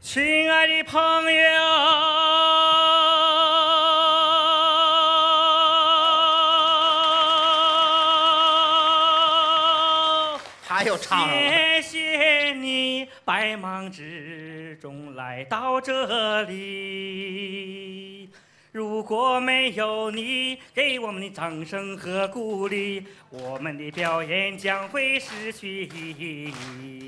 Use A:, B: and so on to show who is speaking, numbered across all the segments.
A: 亲爱的朋友，
B: 他又唱上了。
A: 谢谢你百忙之中来到这里。如果没有你给我们的掌声和鼓励，我们的表演将会失去意义。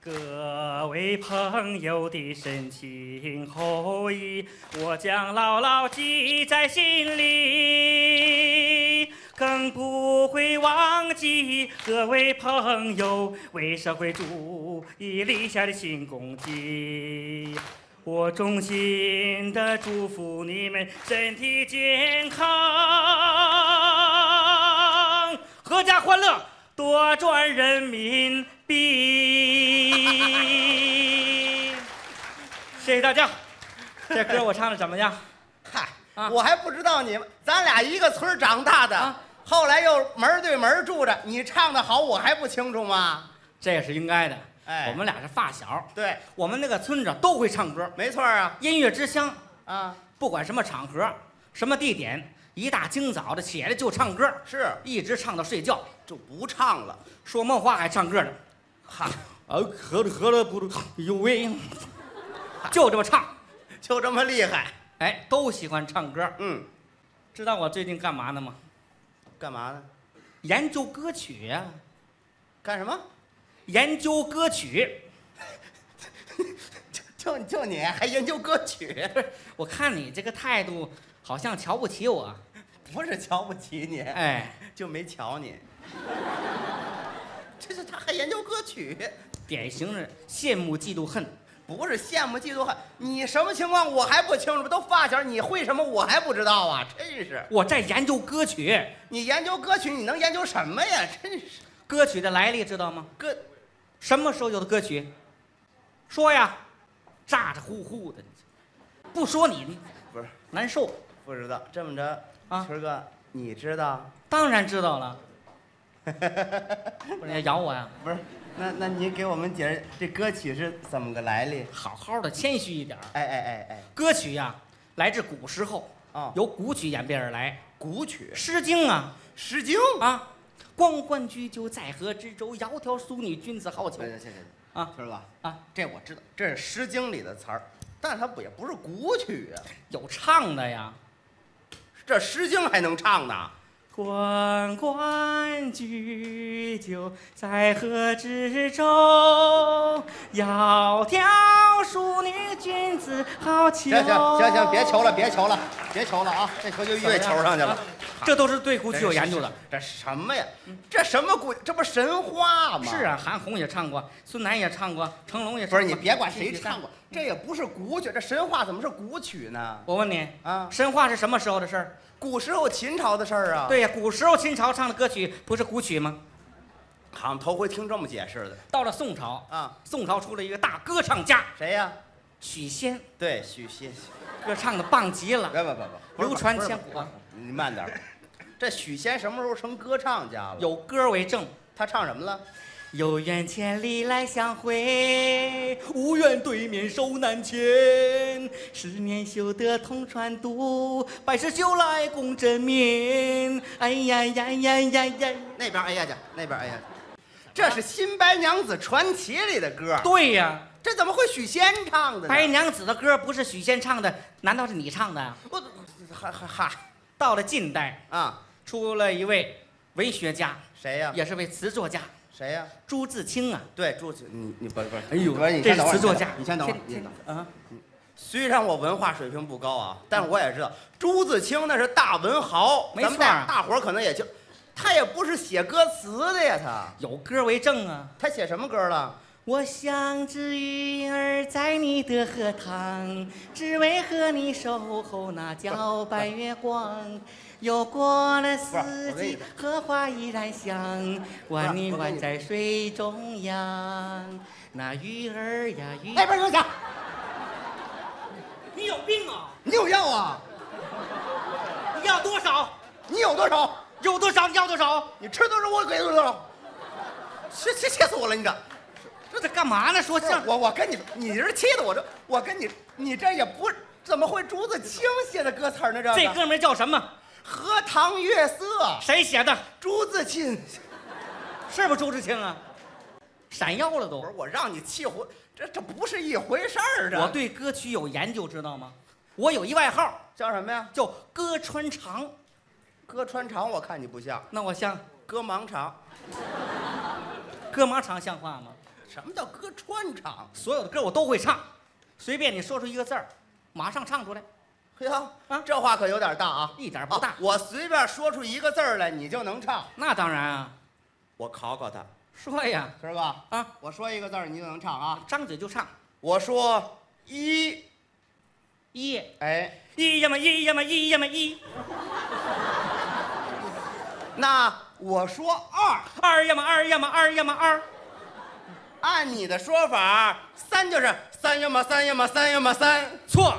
A: 各位朋友的深情厚谊，我将牢牢记在心里，更不会忘记各位朋友为社会主义立下的新功绩。我衷心的祝福你们身体健康，阖家欢乐，多赚人民币。谢谢大家，这歌我唱的怎么样？
B: 嗨
A: 啊，
B: 我还不知道你们，咱俩一个村儿长大的
A: 啊，
B: 后来又门儿对门儿住着，你唱的好，我还不清楚吗？
A: 这也是应该的。
B: 哎
A: 我们俩是发小，
B: 对，
A: 我们那个村子都会唱歌，
B: 没错儿啊，
A: 音乐之乡，
B: 啊，
A: 不管什么场合、什么地点，一大清早的起来就唱歌，
B: 是
A: 一直唱到睡觉。
B: 就不唱了。
A: 说梦话还唱歌呢，
B: 哈，
A: 啊，合着合着不住，有味，就这么唱，
B: 就这么厉害。
A: 哎，都喜欢唱歌。
B: 嗯，
A: 知道我最近干嘛呢吗？
B: 干嘛呢？
A: 研究歌曲呀、
B: 干什么？
A: 研究歌曲。
B: 就就就你还研究歌曲？
A: 我看你这个态度，好像瞧不起我。啊
B: 不是瞧不起你，
A: 哎，
B: 就没瞧你。 这是他还研究歌曲，
A: 典型的羡慕嫉妒恨。
B: 不是羡慕嫉妒恨。你什么情况我还不清楚，都发小，你会什么我还不知道啊？真是，
A: 我在研究歌曲，
B: 你研究歌曲，你能研究什么呀？ 真是
A: 歌曲的来历知道吗？
B: 歌，
A: 什么时候有的歌曲？说呀，咋咋呼呼的，不说你你
B: 不是
A: 难受。
B: 不知道。这么着，
A: 啊
B: 群儿哥，你知道？
A: 当然知道了， 不是你要咬我啊呀？
B: 不是，那那你给我们解释这歌曲是怎么个来历？
A: 好好的谦虚一点儿。
B: 哎哎哎哎，
A: 歌曲呀、来自古时候，
B: 哦
A: 由古曲演变而来，
B: 古曲
A: 《
B: 《
A: 诗经》啊
B: 诗经》
A: 啊，关关雎鸠，在河之洲，窈窕淑女，君子好
B: 对
A: 逑
B: 对对对
A: 啊
B: 是吧？
A: 啊，
B: 这我知道，这是《诗经》里的词儿，但它不也不是古曲啊，
A: 有唱的呀。
B: 这《诗经》还能唱呢？
A: 关关雎鸠，在河之洲，窈窕淑女，君子好逑。
B: 行行行行，别求了，别求了，别求了啊！这球就越球上去了
A: 啊。这都是对古曲有研究的。
B: 这是什么呀？这什么古？这不是神话吗？
A: 是，啊，韩红也唱过，孙楠也唱过，成龙也唱过。
B: 不是你别管谁
A: 金曲
B: 唱过，这也不是古曲，这神话怎么是古曲呢？
A: 我问你，
B: 啊，
A: 神话是什么时候的事儿？
B: 古时候秦朝的事儿啊。，
A: 对呀、古时候秦朝唱的歌曲不是古曲吗？
B: 好像头回听这么解释的
A: 到了宋朝，
B: 啊。
A: 宋朝出了一个大歌唱家
B: 谁呀？
A: 许仙，
B: 对，许仙。
A: 歌唱的棒极了。
B: 别别别别，
A: 流传千古
B: 不是。不是你慢点儿，这许仙什么时候成歌唱家了？
A: 有歌为证，
B: 他唱什么了？
A: 有缘千里来相会，无缘对面手难牵。十年修得同船渡，百事修来共枕眠。哎呀呀呀呀呀！
B: 那边哎呀去，那边哎呀去，这是《新白娘子传奇》里的歌，
A: 对呀、
B: 这怎么会许仙唱的呢？
A: 白娘子的歌不是许仙唱的，难道是你唱的啊？
B: 我哈哈哈
A: 到了近代，
B: 啊，
A: 出了一位文学家，
B: 谁呀？
A: 也是位词作家，
B: 谁呀？
A: 朱自清啊。
B: 对，朱子，你你不是不是，
A: 哎呦
B: 不是，你
A: 这
B: 先
A: 是
B: 等会儿
A: 词作家。
B: 你先等会儿，你
A: 天
B: 先等会儿。
A: 天啊，
B: 虽然我文化水平不高啊，但是我也知道朱自清那是大文豪，
A: 没
B: 咱们
A: 错啊
B: 大大伙儿可能也就，他也不是写歌词的呀，他
A: 有歌为证啊。
B: 他写什么歌了？
A: 我想只鱼儿在你的荷塘，只为和你守候那皎白月光。又过了四
B: 不是我跟你
A: 季
B: 说，
A: 荷花依然香，
B: 我
A: 万
B: 跟你
A: 女
B: 说
A: 湾在水中央。那鱼儿呀鱼，
B: 哎，不是不是，
A: 你有病啊！
B: 你有药啊？
A: 你要多少？
B: 你有多少？
A: 有多少？你要多少？
B: 你吃多少我给多少？气气气死我了！你这，这
A: 这干嘛呢？ 说
B: 不是
A: 相声
B: 我，我跟你说，你是气的我这，我跟你，你这也不怎么会竹子青写的歌词儿呢？这
A: 这
B: 个
A: 哥们儿叫什么？
B: 荷塘月色，
A: 谁写的？
B: 朱自清。
A: 是不是朱自清啊？闪耀了都
B: 不是！我让你气回，这这不是一回事儿。啊这
A: 我对歌曲有研究，知道吗？我有一外号
B: 叫什么呀？
A: 叫“歌穿肠
B: 歌穿肠，我看你不像；”，
A: 那我像
B: 歌盲肠，
A: 歌盲肠像话吗？
B: 什么叫歌穿肠？
A: 所有的歌我都会唱，随便你说出一个字儿，马上唱出来，
B: 嘿呀
A: 啊，
B: 这话可有点大啊！
A: 一点儿不大
B: 啊。我随便说出一个字儿来，你就能唱。
A: 那当然啊，
B: 我考考他，
A: 说呀
B: 是吧？
A: 啊，
B: 我说一个字儿，你就能唱啊！
A: 张嘴就唱。
B: 我说一，
A: 一
B: 哎，
A: 一呀嘛一呀嘛一呀嘛一，
B: 那我说二，
A: 二呀嘛二呀嘛二呀嘛二，
B: 按你的说法，三就是三呀嘛三呀嘛三呀嘛三，
A: 错。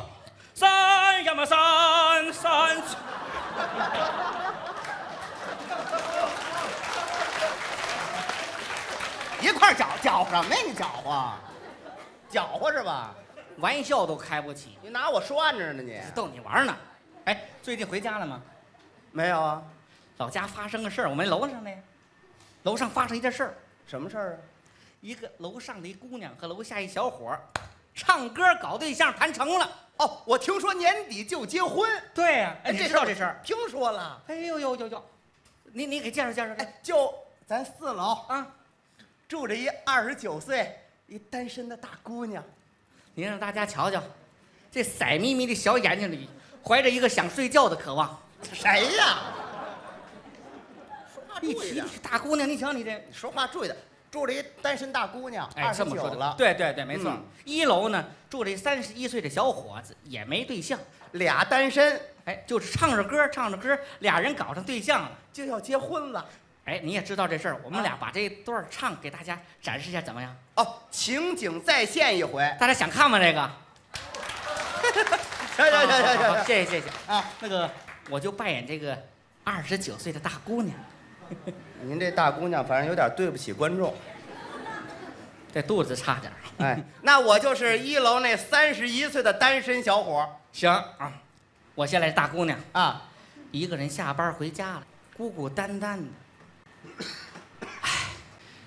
A: 三呀嘛三三，
B: 一块儿搅搅什么呀？你搅和，搅和是吧？
A: 玩笑都开不起，
B: 你拿我说按着呢你？
A: 逗你玩呢。哎，最近回家了吗？
B: 没有啊？
A: 老家发生个事儿，我们楼上呢，楼上发生一件事儿，
B: 什么事儿啊？
A: 一个楼上的一姑娘和楼下一小伙儿，唱歌搞对象谈成了。
B: 哦，我听说年底就结婚。
A: 对呀、哎，你知道
B: 我
A: 这事儿？
B: 听说了。
A: 哎呦呦呦呦，你你给介绍介绍看、
B: 哎，就咱四楼
A: 啊！
B: 住着一二十九岁一单身的大姑娘，
A: 你让大家瞧瞧，这色眯眯的小眼睛里怀着一个想睡觉的渴望。
B: 谁呀？说话
A: 一
B: 注意
A: 提
B: 点
A: 起，大姑娘，你瞧你这，
B: 你说话注意点。住着一单身大姑娘，
A: 哎，
B: 二十
A: 这么
B: 九
A: 说的
B: 了，，
A: 对对对，没错。
B: 嗯
A: 一楼呢住着三十一岁的小伙子，也没对象，
B: 俩单身
A: 哎，就是唱着歌唱着歌，俩人搞上对象了。
B: 就要结婚了。
A: 哎，你也知道这事儿，我们俩把这段儿唱给大家展示一下，怎么样？
B: 哦，情景再现一回。
A: 大家想看吗？这个？好好好
B: 行行行行行行
A: 谢谢谢谢。
B: 啊！
A: 那个，我就扮演这个二十九岁的大姑娘，
B: 您这大姑娘，反正有点对不起观众。
A: 这肚子差点儿。啊
B: 哎，那我就是一楼那三十一岁的单身小伙儿
A: 行啊，我先来大姑娘，
B: 啊，
A: 一个人下班回家了，孤孤单单的。唉，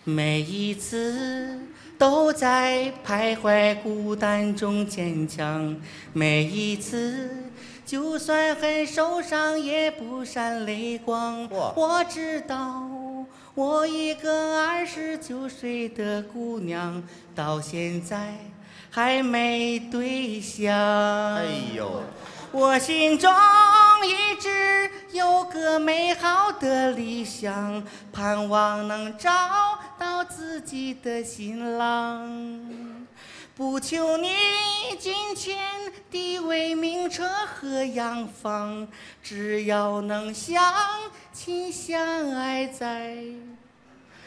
A: 每一次都在徘徊孤单中坚强，每一次就算很受伤也不闪泪光。
B: 哇
A: 我知道，我一个二十九岁的姑娘，到现在还没对象。
B: 哎呦，
A: 我心中一直有个美好的理想，盼望能找到自己的新郎。不求你金钱、地位、名车和洋房，只要能相亲相爱在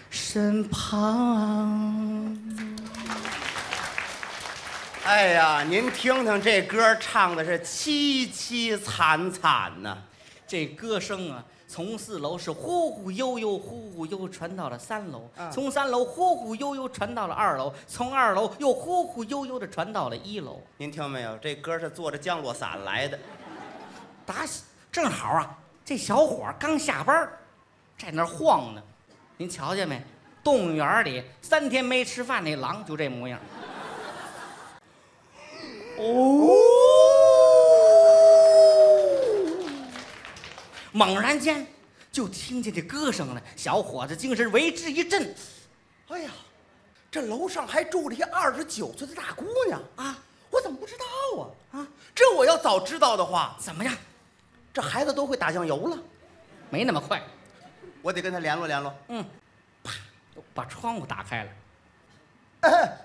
A: 身旁。
B: 哎呀，您听听这歌唱的是凄凄惨惨呐、
A: 这歌声啊，从四楼是忽忽悠悠、忽忽悠传到了三楼，
B: 嗯
A: 从三楼忽忽悠悠传到了二楼，从二楼又忽忽悠悠的传到了一楼。
B: 您听没有？这歌是坐着降落伞来的。
A: 打小正好啊，这小伙儿刚下班儿，在那儿晃呢。您瞧见没？动物园里三天没吃饭那狼就这模样。
B: 哦，
A: 猛然间，就听见这歌声了，小伙子精神为之一振
B: 哎呀，这楼上还住着一二十九岁的大姑娘，
A: 啊！
B: 我怎么不知道啊？
A: 啊，
B: 这我要早知道的话，
A: 怎么样？
B: 这孩子都会打酱油了。
A: 没那么快。
B: 我得跟他联络联络。
A: 嗯，啪，把窗户打开了，
B: 哎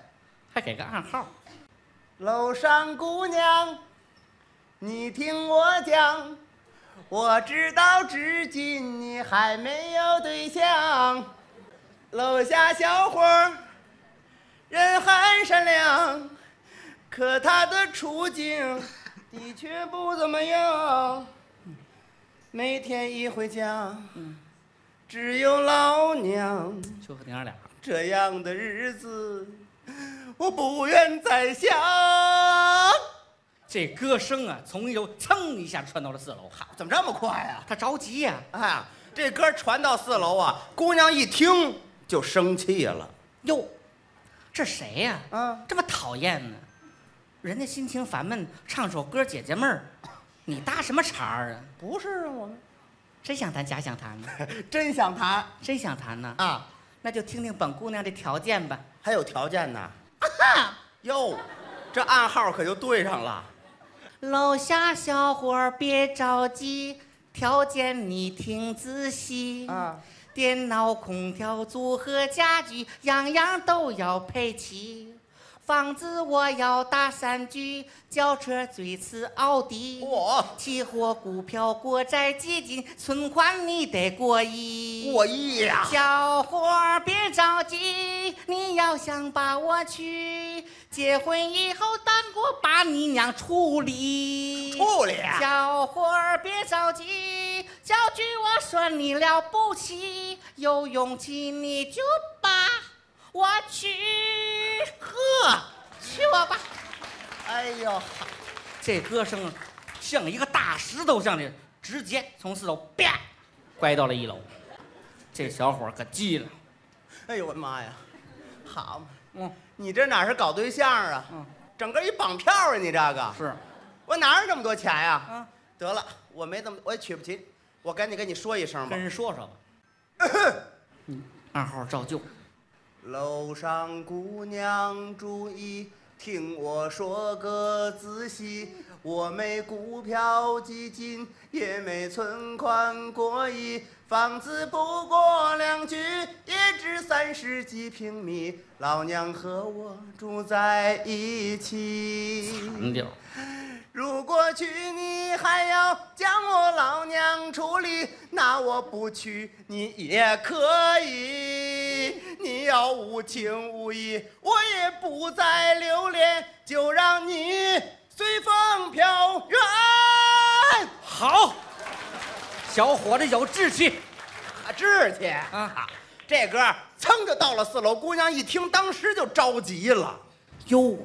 A: 还给个暗号。
B: 楼上姑娘，你听我讲，我知道至今你还没有对象。楼下小伙儿，人很善良，可他的处境的确不怎么样。每天一回家，只有老娘
A: 就和娘俩，
B: 这样的日子，我不愿再想。啊
A: 这歌声啊，从一楼噌一下窜到了四楼，
B: 好，怎么这么快呀、
A: 他着急呀、
B: 啊？哎呀，这歌传到四楼啊，姑娘一听就生气了。
A: 哟，这谁呀、
B: 啊，
A: 这么讨厌呢？人家心情烦闷，唱首歌解解闷儿，你搭什么茬儿啊？
B: 不是啊，我们
A: 真想谈假想谈呢？
B: 哎真想谈
A: 真想谈呢？
B: 啊，
A: 那就听听本姑娘的条件吧。
B: 还有条件呢。
A: 啊，
B: 哟，这暗号可就对上了。
A: 楼下小伙儿别着急，条件你听仔细。
B: 啊，
A: 电脑、空调、组合家具，样样都要配齐。房子我要大三居，轿车最次奥迪。
B: 我
A: 期货、股票、国债、基金、存款你得过亿。
B: 过亿呀、
A: 小伙儿别着急，你要想把我娶，结婚以后单我把你娘处理。啊
B: 处理
A: 小伙儿别着急，教句我说你了不起，有勇气你就把我娶，
B: 呵，
A: 娶我吧。
B: 哎呦，
A: 这歌声像一个大石头像这，直接从四楼啪摔到了一楼。这小伙儿可急了，
B: 哎呦我的妈呀！好嘛，
A: 嗯，
B: 你这哪是搞对象啊？
A: 嗯，
B: 整个一绑票啊！你这个，
A: 是，
B: 我哪有这么多钱呀、
A: 啊，
B: 得了，我没这么，我也娶不起，我赶紧跟你说一声吧
A: 跟。人说说吧。嗯，二号照旧。
B: 楼上姑娘注意，听我说个仔细。我没股票基金，也没存款过亿，房子不过两居，也只三十几平米。老娘和我住在一起。
A: 嗯，调。
B: 如果娶你还要将我老娘处理，那我不娶你也可以。你要无情无义，我也不再留恋，就让你随风飘远。
A: 好，小伙子有志气。
B: 啊，志气啊！这歌噌就到了四楼，姑娘一听，当时就着急了。
A: 哟，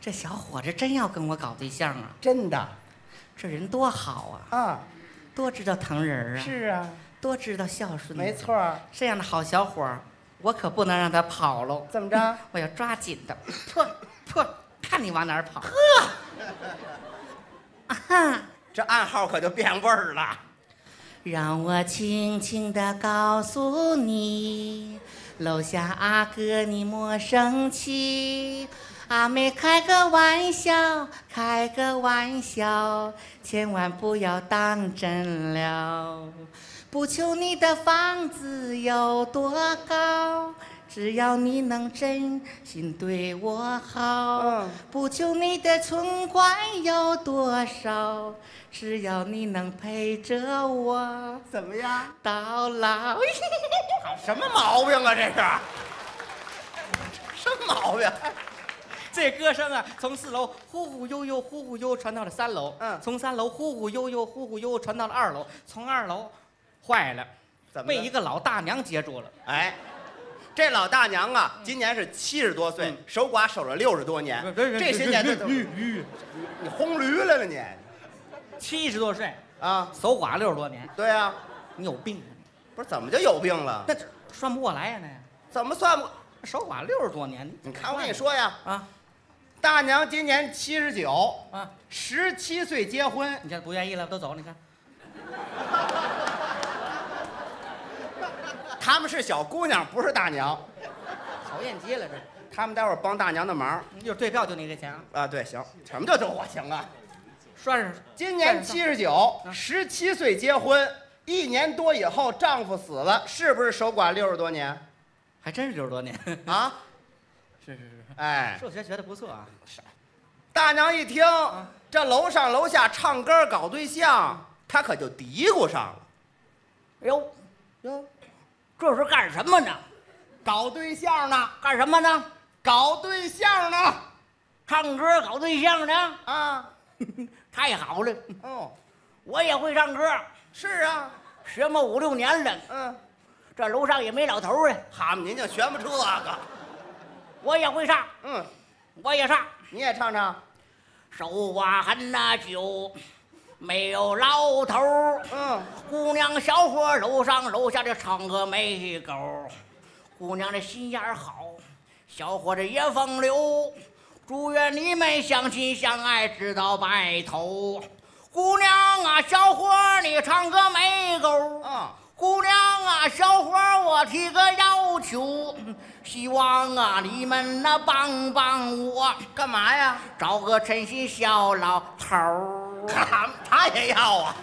A: 这小伙子真要跟我搞对象啊！
B: 真的
A: 这人多好啊，
B: 啊，
A: 多知道疼人啊，
B: 是啊，
A: 多知道孝顺。啊
B: 没，错儿。
A: 这样的好小伙儿，我可不能让他跑喽。
B: 怎么着？
A: 我要抓紧 的，破破，看你往哪儿跑。呵，啊哈。
B: 这暗号可就变味儿了。
A: 让我轻轻地告诉你，楼下阿哥你莫生气，阿妹开个玩笑，开个玩笑，千万不要当真了。不求你的房子有多高，只要你能真心对我好。
B: 嗯
A: 不求你的存款有多少，只要你能陪着我
B: 怎么样？
A: 到老。
B: 什么毛病啊？这是什么毛病？
A: 这歌声啊，从四楼忽忽悠悠、忽忽悠传到了三楼，
B: 嗯
A: 从三楼忽忽悠悠、忽忽悠传到了二楼，从二楼，坏了，
B: 怎么
A: 被
B: 了
A: 一个老大娘截住了。
B: 哎，这老大娘啊，今年是七十多岁，守寡守了六十多年，这些年都
A: 绿绿
B: 你轰驴来了你
A: 七十多岁，
B: 啊？
A: 守寡六十多年，
B: 对呀、啊，
A: 你有病啊你？
B: 不是怎么就有病了？
A: 那这算不过来呀、那呀，
B: 怎么算不？
A: 守寡六十多年，
B: 你看我跟你说呀，
A: 啊
B: 大娘今年七十九，
A: 啊！
B: 十七岁结婚，
A: 你这不愿意了，都走，你看。
B: 他们是小姑娘，不是大娘，
A: 讨厌极了，这
B: 他们待会儿帮大娘的忙
A: 一会儿对票就你这钱啊，
B: 啊。对，行，什么叫都我行啊？
A: 算上
B: 今年七十九，
A: 嗯
B: 十七岁结婚，一年多以后丈夫死了，是不是守寡六十 多年
A: 还真是六十多年。
B: 啊？
A: 是是是，
B: 哎，
A: 数学学的不错啊。
B: 大娘一听，
A: 嗯
B: 这楼上楼下唱歌搞对象，她可就嘀咕上了。
A: 哟哟，这是干什么呢？
B: 搞对象呢，
A: 干什么呢？
B: 搞对象呢，
A: 唱歌搞对象呢？
B: 啊，
A: 太好了，
B: 哦，
A: 我也会唱歌，
B: 是啊，
A: 学么五六年了，
B: 嗯，
A: 这楼上也没老头儿了。啊
B: 哈姆您就学不出这个，
C: 我也会唱，
B: 嗯，
C: 我也唱。
B: 你也唱唱，
C: 手挖痕呐酒，没有老头儿。
B: 嗯，
C: 姑娘小伙楼上楼下的唱个没够，姑娘的心眼儿好，小伙子也风流。祝愿你们相亲相爱直到白头。姑娘啊，小伙儿你唱个没够。
B: 啊，
C: 姑娘啊，小伙儿，我提个要求，希望啊你们那帮帮我，
B: 干嘛呀？
C: 找个称心小老头儿。
B: 他他也要啊，